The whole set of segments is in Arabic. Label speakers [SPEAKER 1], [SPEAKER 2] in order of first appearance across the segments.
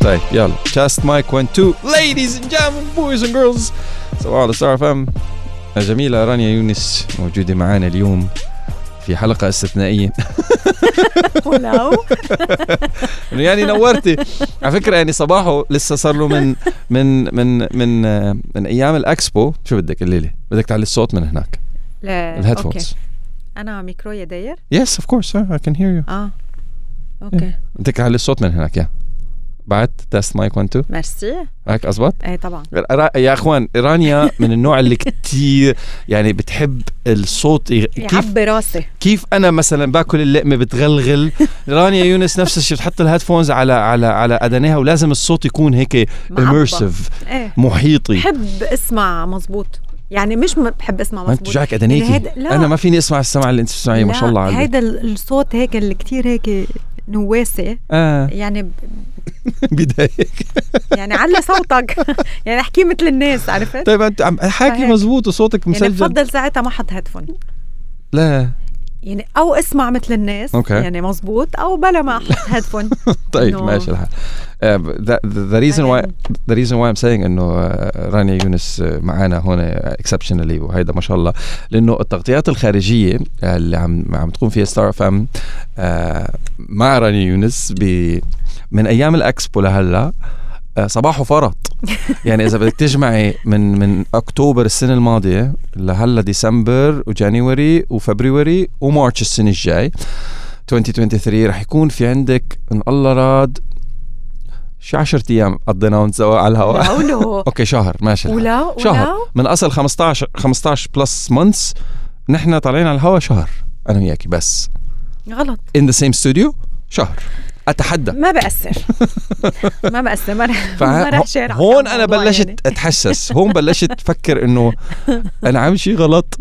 [SPEAKER 1] طيب يلا تشاست مايك 1 2 ليديز اند جام بويز اند جيرلز صباح على ستار اف ام الجميله رانيا يونس موجوده معنا اليوم في حلقه استثنائيه
[SPEAKER 2] ولو
[SPEAKER 1] إنه يعني نورتي على فكره يعني صباحه لسه صار له من من من من آه، من ايام الاكسبو شو بدك الليله بدك تعلي الصوت من هناك
[SPEAKER 2] لا
[SPEAKER 1] الهيدفونز
[SPEAKER 2] انا ميكرويا داير
[SPEAKER 1] يس اوف كورس اي كان هير يو
[SPEAKER 2] اه اوكي
[SPEAKER 1] بدك تعلي الصوت من هناك يا بعد تست مايك 1 2
[SPEAKER 2] ميرسي
[SPEAKER 1] هيك ازبط
[SPEAKER 2] ايه طبعا
[SPEAKER 1] را- يا اخوان رانيا من النوع اللي كتير يعني بتحب الصوت يغ- كيف
[SPEAKER 2] يعبي راسي
[SPEAKER 1] كيف انا مثلا باكل اللقمه بتغلغل رانيا يونس نفس الشيء بتحط الهيدفونز على على على اذنيها ولازم الصوت يكون هيك
[SPEAKER 2] معبى.
[SPEAKER 1] اميرسيف
[SPEAKER 2] ايه
[SPEAKER 1] محيطي
[SPEAKER 2] بحب اسمع مزبوط يعني مش م- بحب اسمع
[SPEAKER 1] ما انت
[SPEAKER 2] مزبوط
[SPEAKER 1] وجعك اذنيكي
[SPEAKER 2] يعني هيدا- لا.
[SPEAKER 1] انا ما فيني اسمع السمع اللي انت بتسمعيه ما شاء الله
[SPEAKER 2] لا،
[SPEAKER 1] عليك
[SPEAKER 2] هيدا ال- الصوت هيك اللي كتير هيك نواسي
[SPEAKER 1] اه
[SPEAKER 2] يعني ب-
[SPEAKER 1] بضايقك
[SPEAKER 2] يعني على صوتك يعني احكيه مثل الناس عرفت
[SPEAKER 1] طيب انت عم حاكي
[SPEAKER 2] فهيك.
[SPEAKER 1] مزبوط وصوتك
[SPEAKER 2] يعني
[SPEAKER 1] مسجل
[SPEAKER 2] بفضل ساعتها ما احط هيدفون
[SPEAKER 1] لا
[SPEAKER 2] يعني او اسمع مثل الناس
[SPEAKER 1] أوكي.
[SPEAKER 2] يعني مزبوط او بلا ما احط هيدفون
[SPEAKER 1] طيب
[SPEAKER 2] إنه-
[SPEAKER 1] ماشي الحال آه، ب- the, the, the reason why the reason why I'm saying انه آه، رانيا يونس آه، معانا هون اكسبشنالي وهيدا ما شاء الله لانه التغطيات الخارجيه آه، اللي عم عم تقوم فيها ستار اف ام آه، مع رانيا يونس ب من ايام الاكسبو لهلا آه، صباحه فرط يعني اذا بدك تجمعي من من اكتوبر السنه الماضيه لهلا ديسمبر وجانيوري وفبروري ومارتش السنه الجاي 2023 رح يكون في عندك ان الله راد شي 10 ايام قضيناهم سوا على الهواء
[SPEAKER 2] ولو
[SPEAKER 1] اوكي شهر ماشي الحال.
[SPEAKER 2] ولو ولو
[SPEAKER 1] شهر من اصل 15 15 بلس مانثس نحن طالعين على الهواء شهر انا وياكي بس
[SPEAKER 2] غلط
[SPEAKER 1] ان ذا سيم ستوديو شهر اتحدى
[SPEAKER 2] ما بأثر ما بأثر ما رح ما رح شارع
[SPEAKER 1] هون
[SPEAKER 2] عن
[SPEAKER 1] انا
[SPEAKER 2] الموضوع
[SPEAKER 1] بلشت
[SPEAKER 2] يعني.
[SPEAKER 1] اتحسس هون بلشت افكر انه انا عامل شيء غلط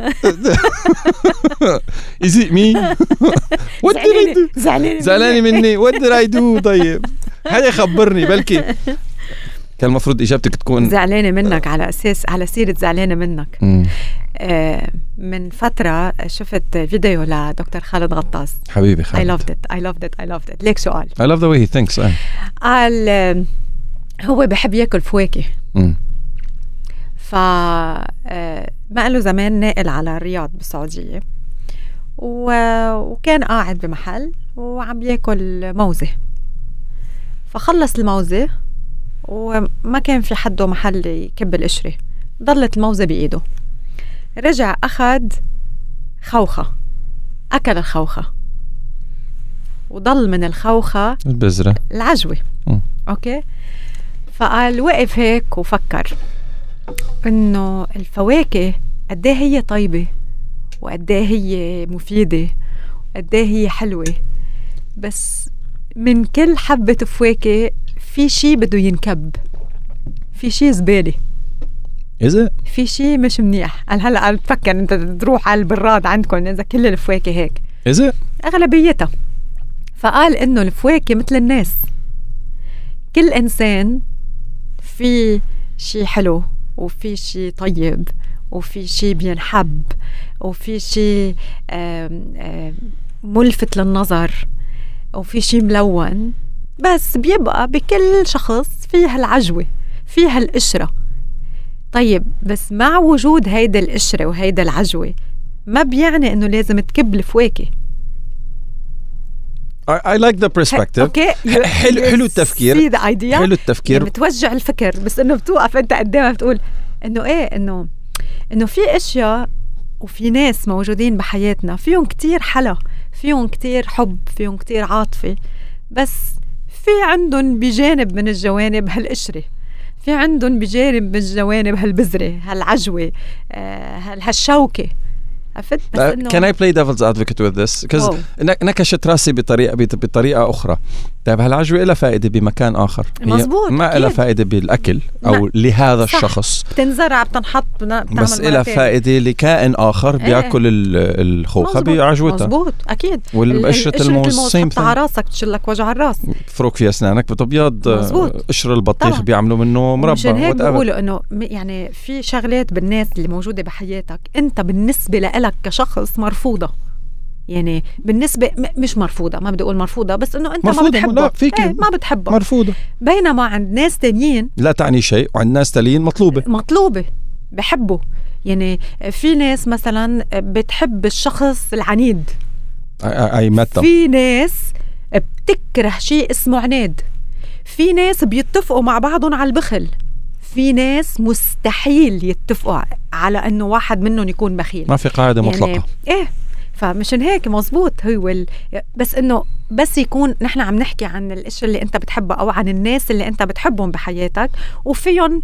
[SPEAKER 1] از ات مي وات ديد
[SPEAKER 2] زعلانة زعلانة
[SPEAKER 1] زعلانه مني وات ديد اي دو طيب حدا يخبرني بلكي كان المفروض اجابتك تكون
[SPEAKER 2] زعلانة منك على أساس على سيرة زعلانة منك
[SPEAKER 1] مم.
[SPEAKER 2] آه، من فترة شفت فيديو لدكتور خالد غطاس
[SPEAKER 1] حبيبي
[SPEAKER 2] I
[SPEAKER 1] خالد
[SPEAKER 2] loved it I loved it I loved it ليك سؤال
[SPEAKER 1] I love the way he thinks آه.
[SPEAKER 2] قال آه، هو بحب ياكل فواكه
[SPEAKER 1] مم.
[SPEAKER 2] ف آه، ما له زمان ناقل على الرياض بالسعودية و... وكان قاعد بمحل وعم ياكل موزة فخلص الموزة وما كان في حده محل يكب القشرة ضلت الموزة بإيده رجع أخد خوخة أكل الخوخة وضل من الخوخة
[SPEAKER 1] البذره
[SPEAKER 2] العجوة
[SPEAKER 1] مم.
[SPEAKER 2] اوكي فقال وقف هيك وفكر انه الفواكه قد ايه هي طيبة وقد ايه هي مفيدة وقد ايه هي حلوة بس من كل حبة فواكه في شي بده ينكب في شي زبالة
[SPEAKER 1] از ات
[SPEAKER 2] في شي مش منيح قال هلا قال بفكر انت تروح على البراد عندكم اذا كل الفواكه هيك
[SPEAKER 1] از ات
[SPEAKER 2] أغلبيتها فقال إنه الفواكه مثل الناس كل إنسان في شي حلو وفي شي طيب وفي شي بينحب وفي شي آم، آم، ملفت للنظر وفي شي ملون بس بيبقى بكل شخص فيها العجوة فيها القشرة طيب بس مع وجود هيدا القشرة وهيدا العجوة ما بيعني انه لازم تكب الفواكه
[SPEAKER 1] I like the perspective
[SPEAKER 2] اوكي
[SPEAKER 1] ح- حلو- حلو التفكير.
[SPEAKER 2] سيد ايديا
[SPEAKER 1] حلو
[SPEAKER 2] يعني
[SPEAKER 1] التفكير
[SPEAKER 2] بتوجع الفكر بس انه بتوقف انت قدامها بتقول انه ايه انه انه في اشياء وفي ناس موجودين بحياتنا فيهم كتير حلا فيهم كتير حب فيهم كتير عاطفة بس في عندهم بجانب من الجوانب هالقشرة في عندهم بجانب من الجوانب هالبذرة هالعجوة آه، هال- هالشوكة عرفت بس
[SPEAKER 1] Uh, can
[SPEAKER 2] انه
[SPEAKER 1] I play devil's advocate with this? Because
[SPEAKER 2] واو.
[SPEAKER 1] نكشت راسي بطريقه بط- بطريقه اخرى. طيب هالعجوه لها فائده بمكان اخر. هي
[SPEAKER 2] مزبوط،
[SPEAKER 1] ما
[SPEAKER 2] أكيد.
[SPEAKER 1] لها فائده بالاكل او
[SPEAKER 2] ما-
[SPEAKER 1] لهذا
[SPEAKER 2] صح.
[SPEAKER 1] الشخص
[SPEAKER 2] بتنزرع بتنحط بتعمل
[SPEAKER 1] بس
[SPEAKER 2] مرة
[SPEAKER 1] لها
[SPEAKER 2] تانية.
[SPEAKER 1] فائده لكائن اخر
[SPEAKER 2] إيه.
[SPEAKER 1] بياكل ال- الخوخه
[SPEAKER 2] مزبوط،
[SPEAKER 1] بعجوتها
[SPEAKER 2] مزبوط اكيد
[SPEAKER 1] والقشره الموز
[SPEAKER 2] الموز
[SPEAKER 1] سيم
[SPEAKER 2] حطها على راسك تشلك وجع الراس
[SPEAKER 1] تفرك في اسنانك بتبيض آه،
[SPEAKER 2] مزبوط.
[SPEAKER 1] قشر البطيخ
[SPEAKER 2] طبعاً.
[SPEAKER 1] بيعملوا منه مربى
[SPEAKER 2] مشان هيك
[SPEAKER 1] whatever.
[SPEAKER 2] بقولوا انه م- يعني في شغلات بالناس اللي موجوده بحياتك انت بالنسبه لك كشخص مرفوضه يعني بالنسبه م- مش مرفوضه ما بدي اقول مرفوضه بس انه انت ما
[SPEAKER 1] مرفوضة،
[SPEAKER 2] بتحبها
[SPEAKER 1] لا، فيكي.
[SPEAKER 2] إيه، ما بتحبها
[SPEAKER 1] مرفوضه
[SPEAKER 2] بينما عند ناس تانيين
[SPEAKER 1] لا تعني شيء وعند ناس تاليين مطلوبه
[SPEAKER 2] مطلوبه بحبه يعني في ناس مثلا بتحب الشخص العنيد
[SPEAKER 1] اي متى
[SPEAKER 2] في ناس بتكره شيء اسمه عناد في ناس بيتفقوا مع بعضهم على البخل في ناس مستحيل يتفقوا على انه واحد منهم يكون بخيل
[SPEAKER 1] ما في قاعده مطلقه
[SPEAKER 2] يعني ايه فمشان هيك مزبوط هو ال... بس انه بس يكون نحن عم نحكي عن الاشياء اللي انت بتحبها او عن الناس اللي انت بتحبهم بحياتك وفيهم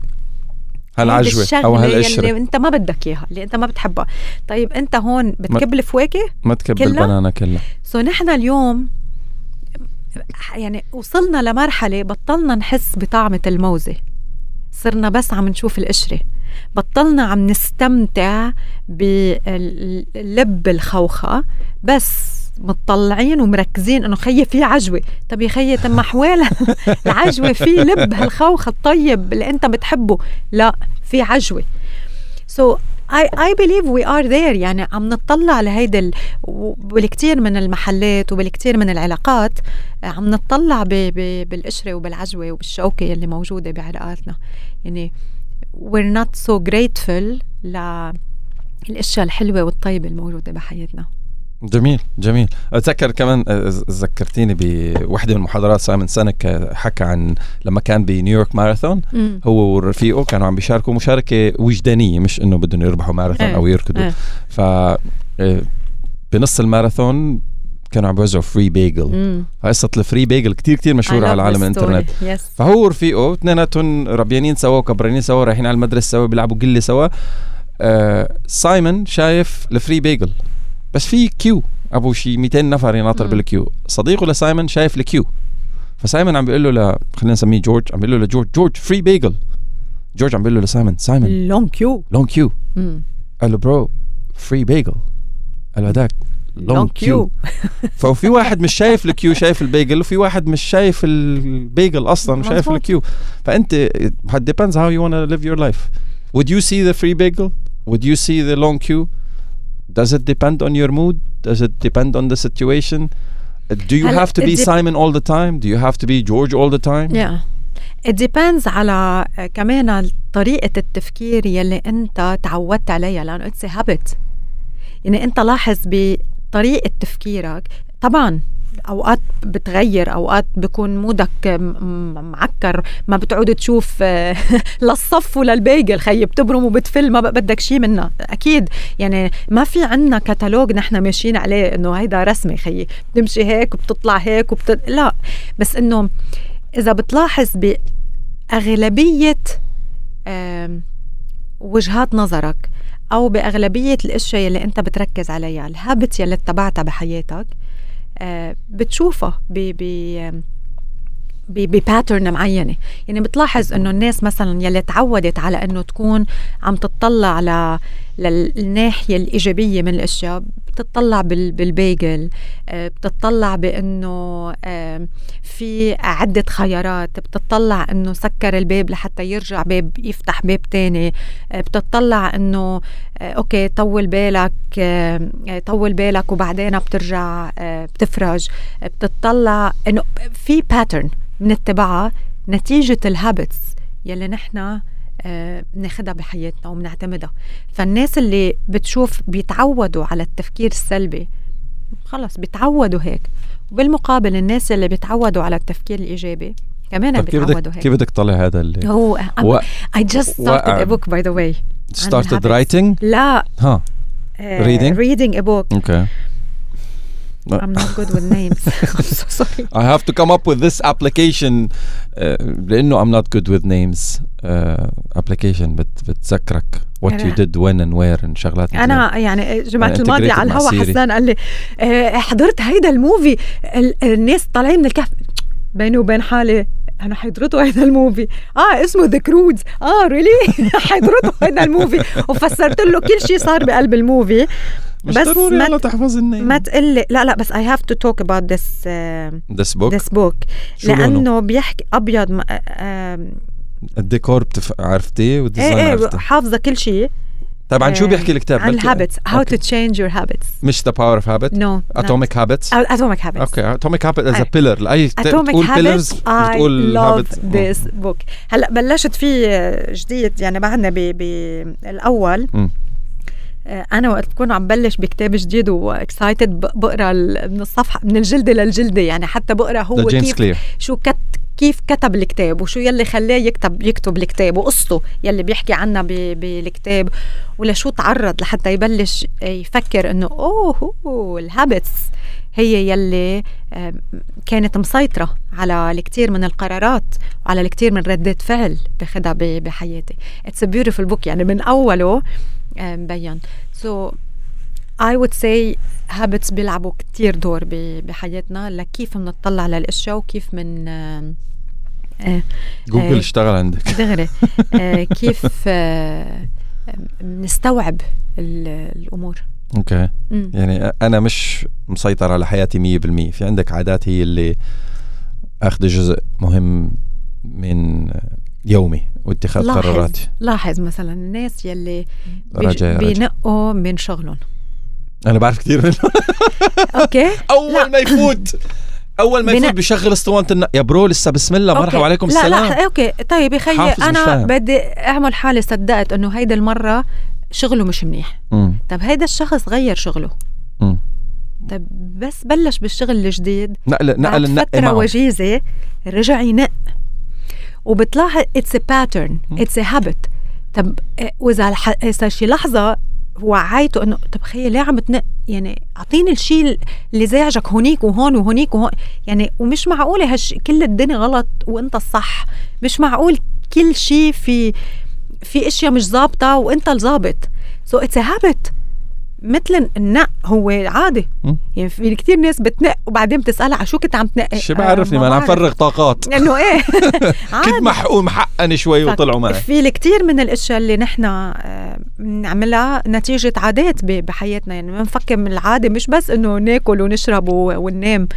[SPEAKER 1] هالعجوه
[SPEAKER 2] هيدي
[SPEAKER 1] او
[SPEAKER 2] الشغلة
[SPEAKER 1] هالقشره
[SPEAKER 2] اللي انت ما بدك اياها اللي انت ما بتحبها طيب انت هون بتكب الفواكه
[SPEAKER 1] ما تكب
[SPEAKER 2] كلها؟
[SPEAKER 1] البنانه كلها
[SPEAKER 2] سو نحن اليوم يعني وصلنا لمرحلة بطلنا نحس بطعمة الموزة صرنا بس عم نشوف القشرة بطلنا عم نستمتع بلب الخوخة بس مطلعين ومركزين انه خيي في عجوه طب يا خيي تم حوالها العجوه في لب هالخوخ الطيب اللي انت بتحبه لا في عجوه سو اي اي بليف وي ار ذير يعني عم نطلع لهيدا ال... و- بالكتير من المحلات وبالكتير من العلاقات آه، عم نطلع ب... ب... بالقشره وبالعجوه وبالشوكه اللي موجوده بعلاقاتنا يعني we're not so grateful للاشياء الحلوه والطيبه الموجوده بحياتنا
[SPEAKER 1] جميل جميل اتذكر كمان آه، ز- ذكرتيني بوحده من المحاضرات سايمون سينك آه، حكى عن لما كان بنيويورك ماراثون هو ورفيقه كانوا عم بيشاركوا مشاركه وجدانيه مش انه بدهم يربحوا ماراثون
[SPEAKER 2] إيه،
[SPEAKER 1] او يركضوا
[SPEAKER 2] إيه.
[SPEAKER 1] ف آه، بنص الماراثون كانوا عم بيوزعوا فري بيجل
[SPEAKER 2] امم
[SPEAKER 1] قصه الفري بيجل كتير كتير مشهوره على عالم الانترنت
[SPEAKER 2] يس
[SPEAKER 1] فهو ورفيقه اثنيناتهم ربيانين سوا وكبرانين سوا رايحين على المدرسه سوا بيلعبوا قله سوا آه سايمون شايف الفري بيجل بس في كيو ابو شي 200 نفر يناطر
[SPEAKER 2] مم.
[SPEAKER 1] بالكيو صديقه لسايمون شايف الكيو فسايمون عم بيقول له ل... خلينا نسميه جورج عم بيقول له لجورج جورج فري بيجل جورج عم بيقول له لسايمون سايمون
[SPEAKER 2] لونج كيو
[SPEAKER 1] لونج كيو
[SPEAKER 2] مم.
[SPEAKER 1] قال له برو فري بيجل قال له هداك لونج كيو ففي واحد مش شايف الكيو شايف البيجل وفي واحد مش شايف البيجل اصلا وشايف
[SPEAKER 2] مظبوط.
[SPEAKER 1] الكيو فانت it depends how you wanna live your life would you see the free bagel would you see the long queue does it depend on your mood does it depend on the situation do you
[SPEAKER 2] هلا
[SPEAKER 1] have to
[SPEAKER 2] it
[SPEAKER 1] be
[SPEAKER 2] dep-
[SPEAKER 1] Simon all the time do you have to be George all the time
[SPEAKER 2] yeah. It depends على آه، كمان طريقة التفكير يلي أنت تعودت عليها لأنه it's a habit يعني أنت لاحظ بطريقة تفكيرك طبعا أوقات بتغير أوقات بكون مودك آه، م- م- معكر ما بتعود تشوف آه، للصف وللبيجل خيي بتبرم وبتفل ما بقى بدك شيء منها أكيد يعني ما في عنا كتالوج نحن ماشيين عليه إنه هيدا رسمي خيي بتمشي هيك وبتطلع هيك وبت... لا بس إنه إذا بتلاحظ بأغلبية آم، وجهات نظرك أو بأغلبية الأشياء اللي أنت بتركز عليها الهابت يلي اتبعتها بحياتك آه، بتشوفها ب ب آم، ب- بباترن معينة يعني بتلاحظ انه الناس مثلا يلي تعودت على انه تكون عم تطلع على للناحية الإيجابية من الأشياء بتطلع بال- بالبيجل آه، بتطلع بأنه آم، في عدة خيارات بتطلع انه سكر الباب لحتى يرجع باب يفتح باب تاني آه، بتطلع انه آه، اوكي طول بالك آه، آه، طول بالك وبعدين بترجع آه، بتفرج آه، بتطلع انه في باترن بنتبعها نتيجة الهابتس يلي نحن آه، بناخدها بحياتنا وبنعتمدها فالناس اللي بتشوف بيتعودوا على التفكير السلبي خلص بيتعودوا هيك بالمقابل الناس اللي بيتعودوا على التفكير الايجابي كمان
[SPEAKER 1] طب كيف
[SPEAKER 2] بيتعودوا
[SPEAKER 1] بدك
[SPEAKER 2] هيك
[SPEAKER 1] كيف بدك تطلع هذا اللي
[SPEAKER 2] هو
[SPEAKER 1] و-
[SPEAKER 2] I just started
[SPEAKER 1] وقع.
[SPEAKER 2] a book by the way
[SPEAKER 1] started
[SPEAKER 2] habits.
[SPEAKER 1] writing
[SPEAKER 2] لا
[SPEAKER 1] ها
[SPEAKER 2] آه،
[SPEAKER 1] Reading?
[SPEAKER 2] reading a book
[SPEAKER 1] okay
[SPEAKER 2] I'm not good with names I'm so sorry
[SPEAKER 1] I have to come up with this application uh, لأنه I'm not good with names uh, application بت, بتذكرك what you
[SPEAKER 2] أنا-
[SPEAKER 1] did when and where and شغلات مثل هيك.
[SPEAKER 2] انا يعني الجمعه
[SPEAKER 1] أنا
[SPEAKER 2] الماضيه
[SPEAKER 1] integrated
[SPEAKER 2] على
[SPEAKER 1] مع
[SPEAKER 2] الهوا
[SPEAKER 1] سيري.
[SPEAKER 2] حسان قال لي آه، حضرت هيدا الموفي ال- الناس طالعين من الكهف بيني وبين حالي انا حضرته هيدا الموفي اه اسمه ذا كرودز اه ريلي حضرته هيدا الموفي وفسرت له كل شيء صار بقلب الموفي
[SPEAKER 1] مش
[SPEAKER 2] بس
[SPEAKER 1] ضروري
[SPEAKER 2] ما
[SPEAKER 1] يلا تحفظ النيم
[SPEAKER 2] ما تقول لي لا لا بس اي هاف تو توك اباوت ذس
[SPEAKER 1] this book
[SPEAKER 2] ذس بوك
[SPEAKER 1] شو لونه؟
[SPEAKER 2] لانه بيحكي ابيض ما- آه، آه،
[SPEAKER 1] الديكور بتف... عرفتيه والديزاين
[SPEAKER 2] ايه ايه
[SPEAKER 1] عرفته
[SPEAKER 2] حافظه كل شيء آه،
[SPEAKER 1] طيب عن شو بيحكي الكتاب؟
[SPEAKER 2] عن
[SPEAKER 1] بلكي-
[SPEAKER 2] الهابتس هاو تو
[SPEAKER 1] أوكي.
[SPEAKER 2] تشينج يور هابتس
[SPEAKER 1] مش ذا باور اوف هابت
[SPEAKER 2] نو
[SPEAKER 1] اتوميك هابتس
[SPEAKER 2] اتوميك هابتس
[SPEAKER 1] اوكي اتوميك هابت از
[SPEAKER 2] أي.
[SPEAKER 1] بيلر لاي
[SPEAKER 2] اتوميك
[SPEAKER 1] بتقول بيلرز
[SPEAKER 2] هابت اي
[SPEAKER 1] بتقول
[SPEAKER 2] لاف
[SPEAKER 1] هابت
[SPEAKER 2] ذيس بوك هلا بلشت فيه آه، جديد يعني بعدنا بالاول
[SPEAKER 1] مم.
[SPEAKER 2] آه، انا وقت بكون عم بلش بكتاب جديد واكسايتد بقرا ال- من الصفحه من الجلده للجلده يعني حتى بقرا هو
[SPEAKER 1] لجيمس
[SPEAKER 2] كيف
[SPEAKER 1] كلير
[SPEAKER 2] شو كت كيف كتب الكتاب وشو يلي خلاه يكتب يكتب الكتاب وقصته يلي بيحكي عنها ب- بالكتاب ولشو تعرض لحتى يبلش يفكر انه اوه هو الهابتس هي يلي آم، كانت مسيطرة على الكثير من القرارات وعلى الكثير من ردات فعل باخدها ب- بحياتي اتس بيوتيفول بوك يعني من اوله آم، مبين سو اي would say هابتس بيلعبوا كتير دور ب- بحياتنا لكيف منطلع للاشياء وكيف من آم، آه،
[SPEAKER 1] جوجل
[SPEAKER 2] أي.
[SPEAKER 1] اشتغل عندك
[SPEAKER 2] دغري آه، كيف آه، بنستوعب ال- الامور
[SPEAKER 1] اوكي
[SPEAKER 2] مم.
[SPEAKER 1] يعني انا مش مسيطر على حياتي 100% في عندك عادات هي اللي اخذ جزء مهم من يومي واتخاذ
[SPEAKER 2] لاحظ.
[SPEAKER 1] قراراتي
[SPEAKER 2] لاحظ مثلا الناس يلي بيج-
[SPEAKER 1] راجع راجع
[SPEAKER 2] بينقوا من شغلهم
[SPEAKER 1] انا بعرف كثير منهم
[SPEAKER 2] اوكي لا.
[SPEAKER 1] اول ما يفوت اول ما
[SPEAKER 2] بناء-
[SPEAKER 1] يفوت بشغل اسطوانه النق يا برو لسه بسم الله
[SPEAKER 2] أوكي.
[SPEAKER 1] مرحبا عليكم
[SPEAKER 2] لا
[SPEAKER 1] السلام
[SPEAKER 2] لا اوكي طيب يا خيي
[SPEAKER 1] حافظ مش
[SPEAKER 2] انا
[SPEAKER 1] فاهم.
[SPEAKER 2] بدي اعمل حالي صدقت انه هيدي المره شغله مش منيح
[SPEAKER 1] مم.
[SPEAKER 2] طب هيدا الشخص غير شغله
[SPEAKER 1] مم.
[SPEAKER 2] طب طيب، بس بلش بالشغل الجديد
[SPEAKER 1] نقل نقل
[SPEAKER 2] بعد
[SPEAKER 1] النقي
[SPEAKER 2] فترة
[SPEAKER 1] معه
[SPEAKER 2] وجيزة رجع ينق وبتلاحظ اتس باترن
[SPEAKER 1] مم.
[SPEAKER 2] اتس هابت طب آه، واذا الح- اذا شي لحظه وعيته انه طب خيي ليه عم تنق يعني اعطيني الشيء اللي زعجك هونيك وهون وهونيك وهون يعني ومش معقوله هش كل الدنيا غلط وانت الصح مش معقول كل شيء في في اشياء مش ظابطه وانت الظابط سو اتس هابت مثل النق هو عادي
[SPEAKER 1] مم.
[SPEAKER 2] يعني في كثير ناس بتنق وبعدين بتسالها على شو كنت عم تنقي
[SPEAKER 1] شو
[SPEAKER 2] آه،
[SPEAKER 1] بعرفني ما انا عم
[SPEAKER 2] بعرف.
[SPEAKER 1] فرغ طاقات
[SPEAKER 2] انه ايه
[SPEAKER 1] كنت
[SPEAKER 2] عادي
[SPEAKER 1] محقون محقن شوي
[SPEAKER 2] فك-
[SPEAKER 1] وطلعوا معي
[SPEAKER 2] في كتير من الاشياء اللي نحن آه، بنعملها نتيجه عادات ب- بحياتنا يعني بنفكر من العاده مش بس انه ناكل ونشرب و- وننام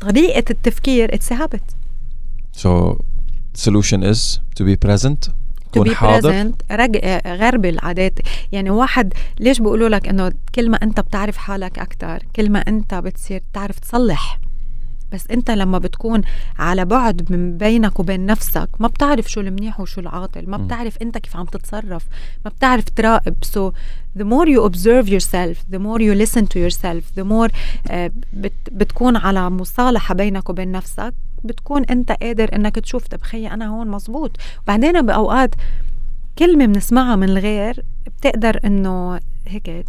[SPEAKER 2] طريقه التفكير اتس هابت
[SPEAKER 1] So solution is to be present
[SPEAKER 2] تو
[SPEAKER 1] تكون
[SPEAKER 2] بي
[SPEAKER 1] حاضر
[SPEAKER 2] بريزنت غربل آه، العادات يعني واحد ليش بيقولوا لك انه كل ما انت بتعرف حالك اكثر كل ما انت بتصير تعرف تصلح بس انت لما بتكون على بعد من بينك وبين نفسك ما بتعرف شو المنيح وشو العاطل ما
[SPEAKER 1] م.
[SPEAKER 2] بتعرف انت كيف عم تتصرف ما بتعرف تراقب so the more you observe yourself the more you listen to yourself the more آه، بت بتكون على مصالحة بينك وبين نفسك بتكون انت قادر انك تشوف طب خيي انا هون مزبوط بعدين باوقات كلمة بنسمعها من الغير بتقدر انه هيك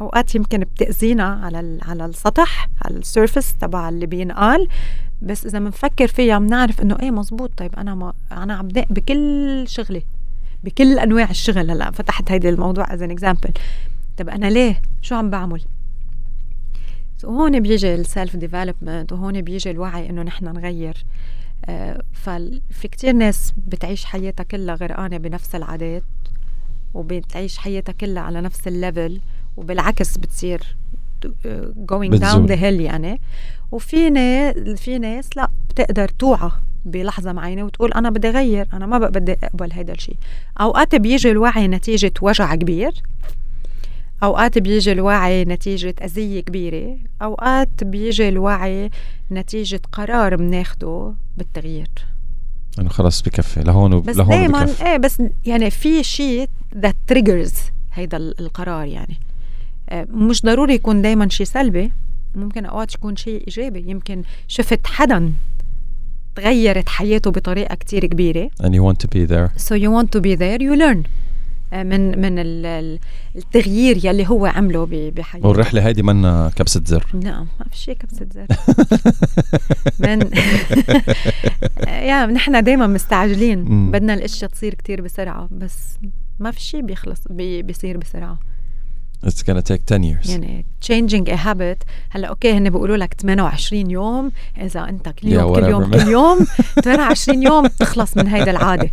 [SPEAKER 2] اوقات يمكن بتأذينا على ال- على السطح على السيرفس تبع اللي بينقال بس اذا بنفكر فيها بنعرف انه ايه مزبوط طيب انا ما انا عم دق بكل شغلي بكل انواع الشغل هلا فتحت هيدا الموضوع از ان اكزامبل طب انا طيب ليه شو عم بعمل So هون بيجي السيلف ديفلوبمنت وهون بيجي الوعي انه نحن نغير آه، ففي كتير ناس بتعيش حياتها كلها غرقانه بنفس العادات وبتعيش حياتها كلها على نفس الليفل وبالعكس بتصير آه، going down
[SPEAKER 1] بتزول.
[SPEAKER 2] the hill يعني وفي ناس في ناس لا بتقدر توعى بلحظه معينه وتقول انا بدي اغير انا ما بقى بدي اقبل هيدا الشيء اوقات بيجي الوعي نتيجه وجع كبير اوقات بيجي الوعي نتيجه اذيه كبيره اوقات بيجي الوعي نتيجه قرار بناخده بالتغيير
[SPEAKER 1] انه خلص بكفي لهون وب-
[SPEAKER 2] بس
[SPEAKER 1] لهون
[SPEAKER 2] دائما
[SPEAKER 1] بكفي
[SPEAKER 2] ايه بس يعني في شيء ذات تريجرز هيدا ال- القرار يعني آه، مش ضروري يكون دائما شيء سلبي ممكن اوقات يكون شيء ايجابي يمكن شفت حدا تغيرت حياته بطريقه كتير كبيره
[SPEAKER 1] and you want to be there
[SPEAKER 2] so you want to be there you learn آه، من من ال- ال- التغيير يلي هو عمله ب- بحياته
[SPEAKER 1] والرحله هيدي منا كبسه زر
[SPEAKER 2] نعم ما في شيء كبسة زر من يا نحن دائما مستعجلين
[SPEAKER 1] مم.
[SPEAKER 2] بدنا الاشياء تصير كتير بسرعه بس ما في شيء بيخلص بي بيصير بسرعه
[SPEAKER 1] it's gonna take 10 years
[SPEAKER 2] يعني changing a habit هلا اوكي هن بيقولوا لك 28 يوم اذا انت كل يوم
[SPEAKER 1] Yeah,
[SPEAKER 2] كل يوم
[SPEAKER 1] whatever.
[SPEAKER 2] كل يوم 28 يوم بتخلص من هيدا العاده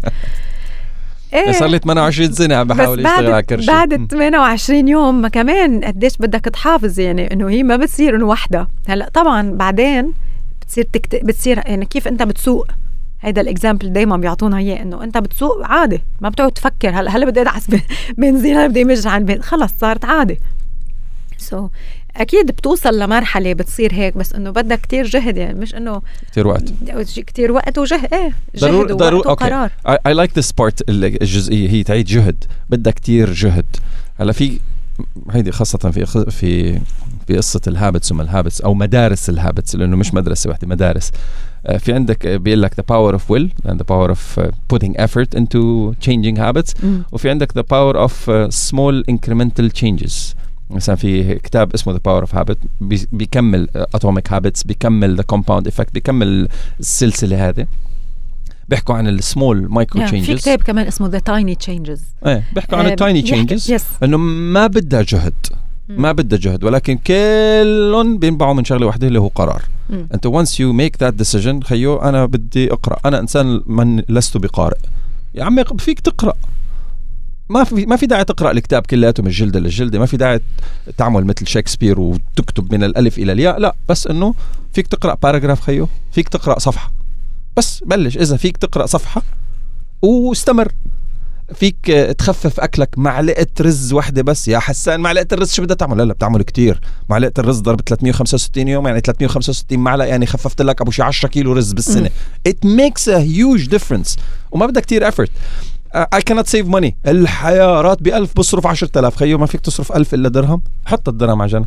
[SPEAKER 2] ايه
[SPEAKER 1] صار لي 28 سنه عم بحاول
[SPEAKER 2] بس بعد
[SPEAKER 1] اشتغل على كرشي
[SPEAKER 2] بعد
[SPEAKER 1] مم.
[SPEAKER 2] ال 28 يوم ما كمان قديش بدك تحافظ يعني انه هي ما بتصير انه وحده هلا طبعا بعدين بتصير تكت... بتصير يعني كيف انت بتسوق هيدا الاكزامبل دايما بيعطونا اياه انه انت بتسوق عادي ما بتقعد تفكر هلا هلا بدي ادعس بنزين هلا بدي امج عن بنزين خلص صارت عادي سو so, اكيد بتوصل لمرحله بتصير هيك بس انه بدها كتير جهد يعني مش انه
[SPEAKER 1] كثير وقت
[SPEAKER 2] كتير وقت وجهد ايه جهد ضروري ووقت وقرار
[SPEAKER 1] اي لايك ذس بارت الجزئيه هي تعيد جهد بدها كتير جهد هلا في هيدي خاصة في في في قصة الهابتس وما الهابتس أو مدارس الهابتس لأنه مش مدرسة واحدة مدارس في عندك بيقول لك the power of will and the power of putting effort into changing habits م. وفي عندك the power of uh, small incremental changes مثلا في كتاب اسمه ذا باور اوف هابت بيكمل اتوميك هابتس بيكمل ذا كومباوند افكت بيكمل السلسله هذه بيحكوا عن السمول مايكرو تشينجز
[SPEAKER 2] في كتاب آه، كمان اسمه ذا تايني تشينجز
[SPEAKER 1] ايه بيحكوا عن التايني تشينجز انه ما بدها جهد ما بدها جهد ولكن كلهم بينبعوا من شغله واحده اللي هو قرار م. انت وانس يو ميك ذات ديسيجن خيو انا بدي اقرا انا انسان من لست بقارئ يا عمي فيك تقرا ما في ما في داعي تقرا الكتاب كلياته من جلده للجلده ما في داعي تعمل مثل شكسبير وتكتب من الالف الى الياء لا بس انه فيك تقرا باراجراف خيو فيك تقرا صفحه بس بلش اذا فيك تقرا صفحه واستمر فيك تخفف اكلك معلقه رز واحده بس يا حسان معلقه الرز شو بدها تعمل لا لا بتعمل كتير معلقه الرز ضرب 365 يوم يعني 365 معلقه يعني خففت لك ابو شي 10 كيلو رز بالسنه ات ميكس ا هيوج ديفرنس وما بدها كتير Uh, ايفورت اي كانت سيف ماني الحياه راتبي 1000 بصرف 10000 خيو ما فيك تصرف 1000 الا درهم حط الدرهم على جنب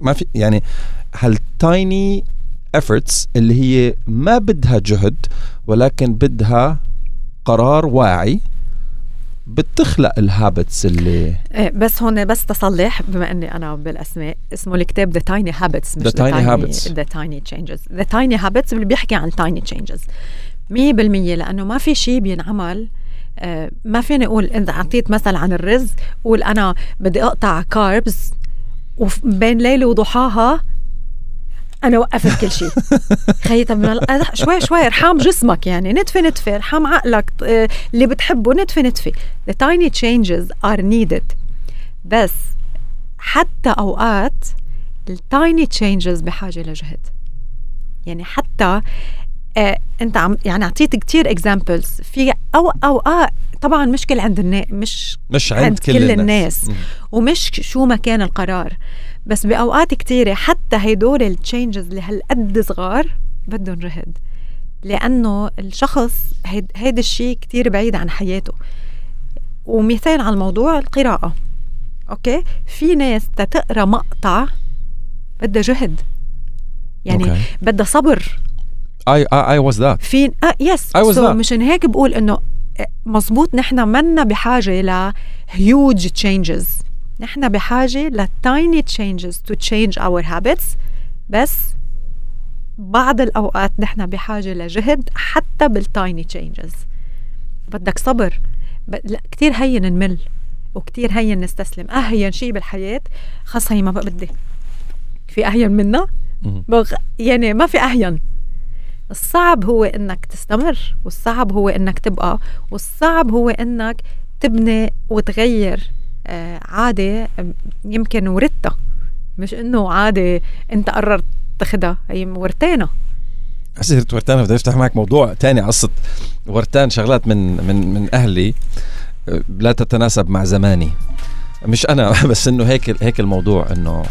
[SPEAKER 1] ما في يعني هالتايني efforts اللي هي ما بدها جهد ولكن بدها قرار واعي بتخلق الهابتس اللي
[SPEAKER 2] إيه، بس هون بس تصلح بما اني انا بالاسماء اسمه الكتاب ذا تايني هابتس
[SPEAKER 1] مش ذا تايني هابتس
[SPEAKER 2] ذا تايني تشينجز ذا تايني هابتس اللي بيحكي عن تايني تشينجز 100% لانه ما في شيء بينعمل آه ما فيني اقول اذا اعطيت مثل عن الرز قول انا بدي اقطع كاربز وبين ليله وضحاها انا وقفت كل شيء خيطة من الأضح. شوي شوي ارحام جسمك يعني نتفه نتفه ارحام عقلك آه اللي بتحبه نتفه نتفه the tiny changes are needed بس حتى اوقات التايني تشينجز بحاجه لجهد يعني حتى آه انت عم يعني اعطيت كتير اكزامبلز في او اوقات طبعا مشكل عند الناس مش
[SPEAKER 1] مش عند, عند كل, كل الناس,
[SPEAKER 2] الناس. ومش شو ما كان القرار بس باوقات كتيرة حتى هدول التشينجز اللي هالقد صغار بدهم جهد لانه الشخص هيدا الشيء كتير بعيد عن حياته ومثال على الموضوع القراءه اوكي في ناس تقرا مقطع بدها جهد يعني okay. بدها صبر
[SPEAKER 1] اي اي واز ذات
[SPEAKER 2] في اه يس
[SPEAKER 1] اي واز ذات
[SPEAKER 2] مشان هيك بقول انه مزبوط نحن منا بحاجه ل huge changes نحن بحاجه ل tiny changes to change our habits بس بعض الاوقات نحن بحاجه لجهد حتى بالتايني changes بدك صبر ب... لا كثير هين نمل وكثير هين نستسلم اهين شيء بالحياه خلص هي ما بقى بدي في اهين منا بغ... يعني ما في اهين الصعب هو انك تستمر والصعب هو انك تبقى والصعب هو انك تبني وتغير آه، عادة يمكن وردتها مش انه عادة انت قررت تاخدها هي ورتانة
[SPEAKER 1] حسيت ورتانة بدي افتح معك موضوع تاني قصة ورتان شغلات من من من اهلي لا تتناسب مع زماني مش انا بس انه هيك هيك الموضوع انه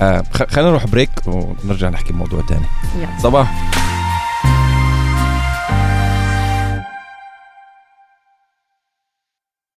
[SPEAKER 1] آه خلينا نروح بريك ونرجع نحكي بموضوع تاني
[SPEAKER 2] يعني.
[SPEAKER 1] صباح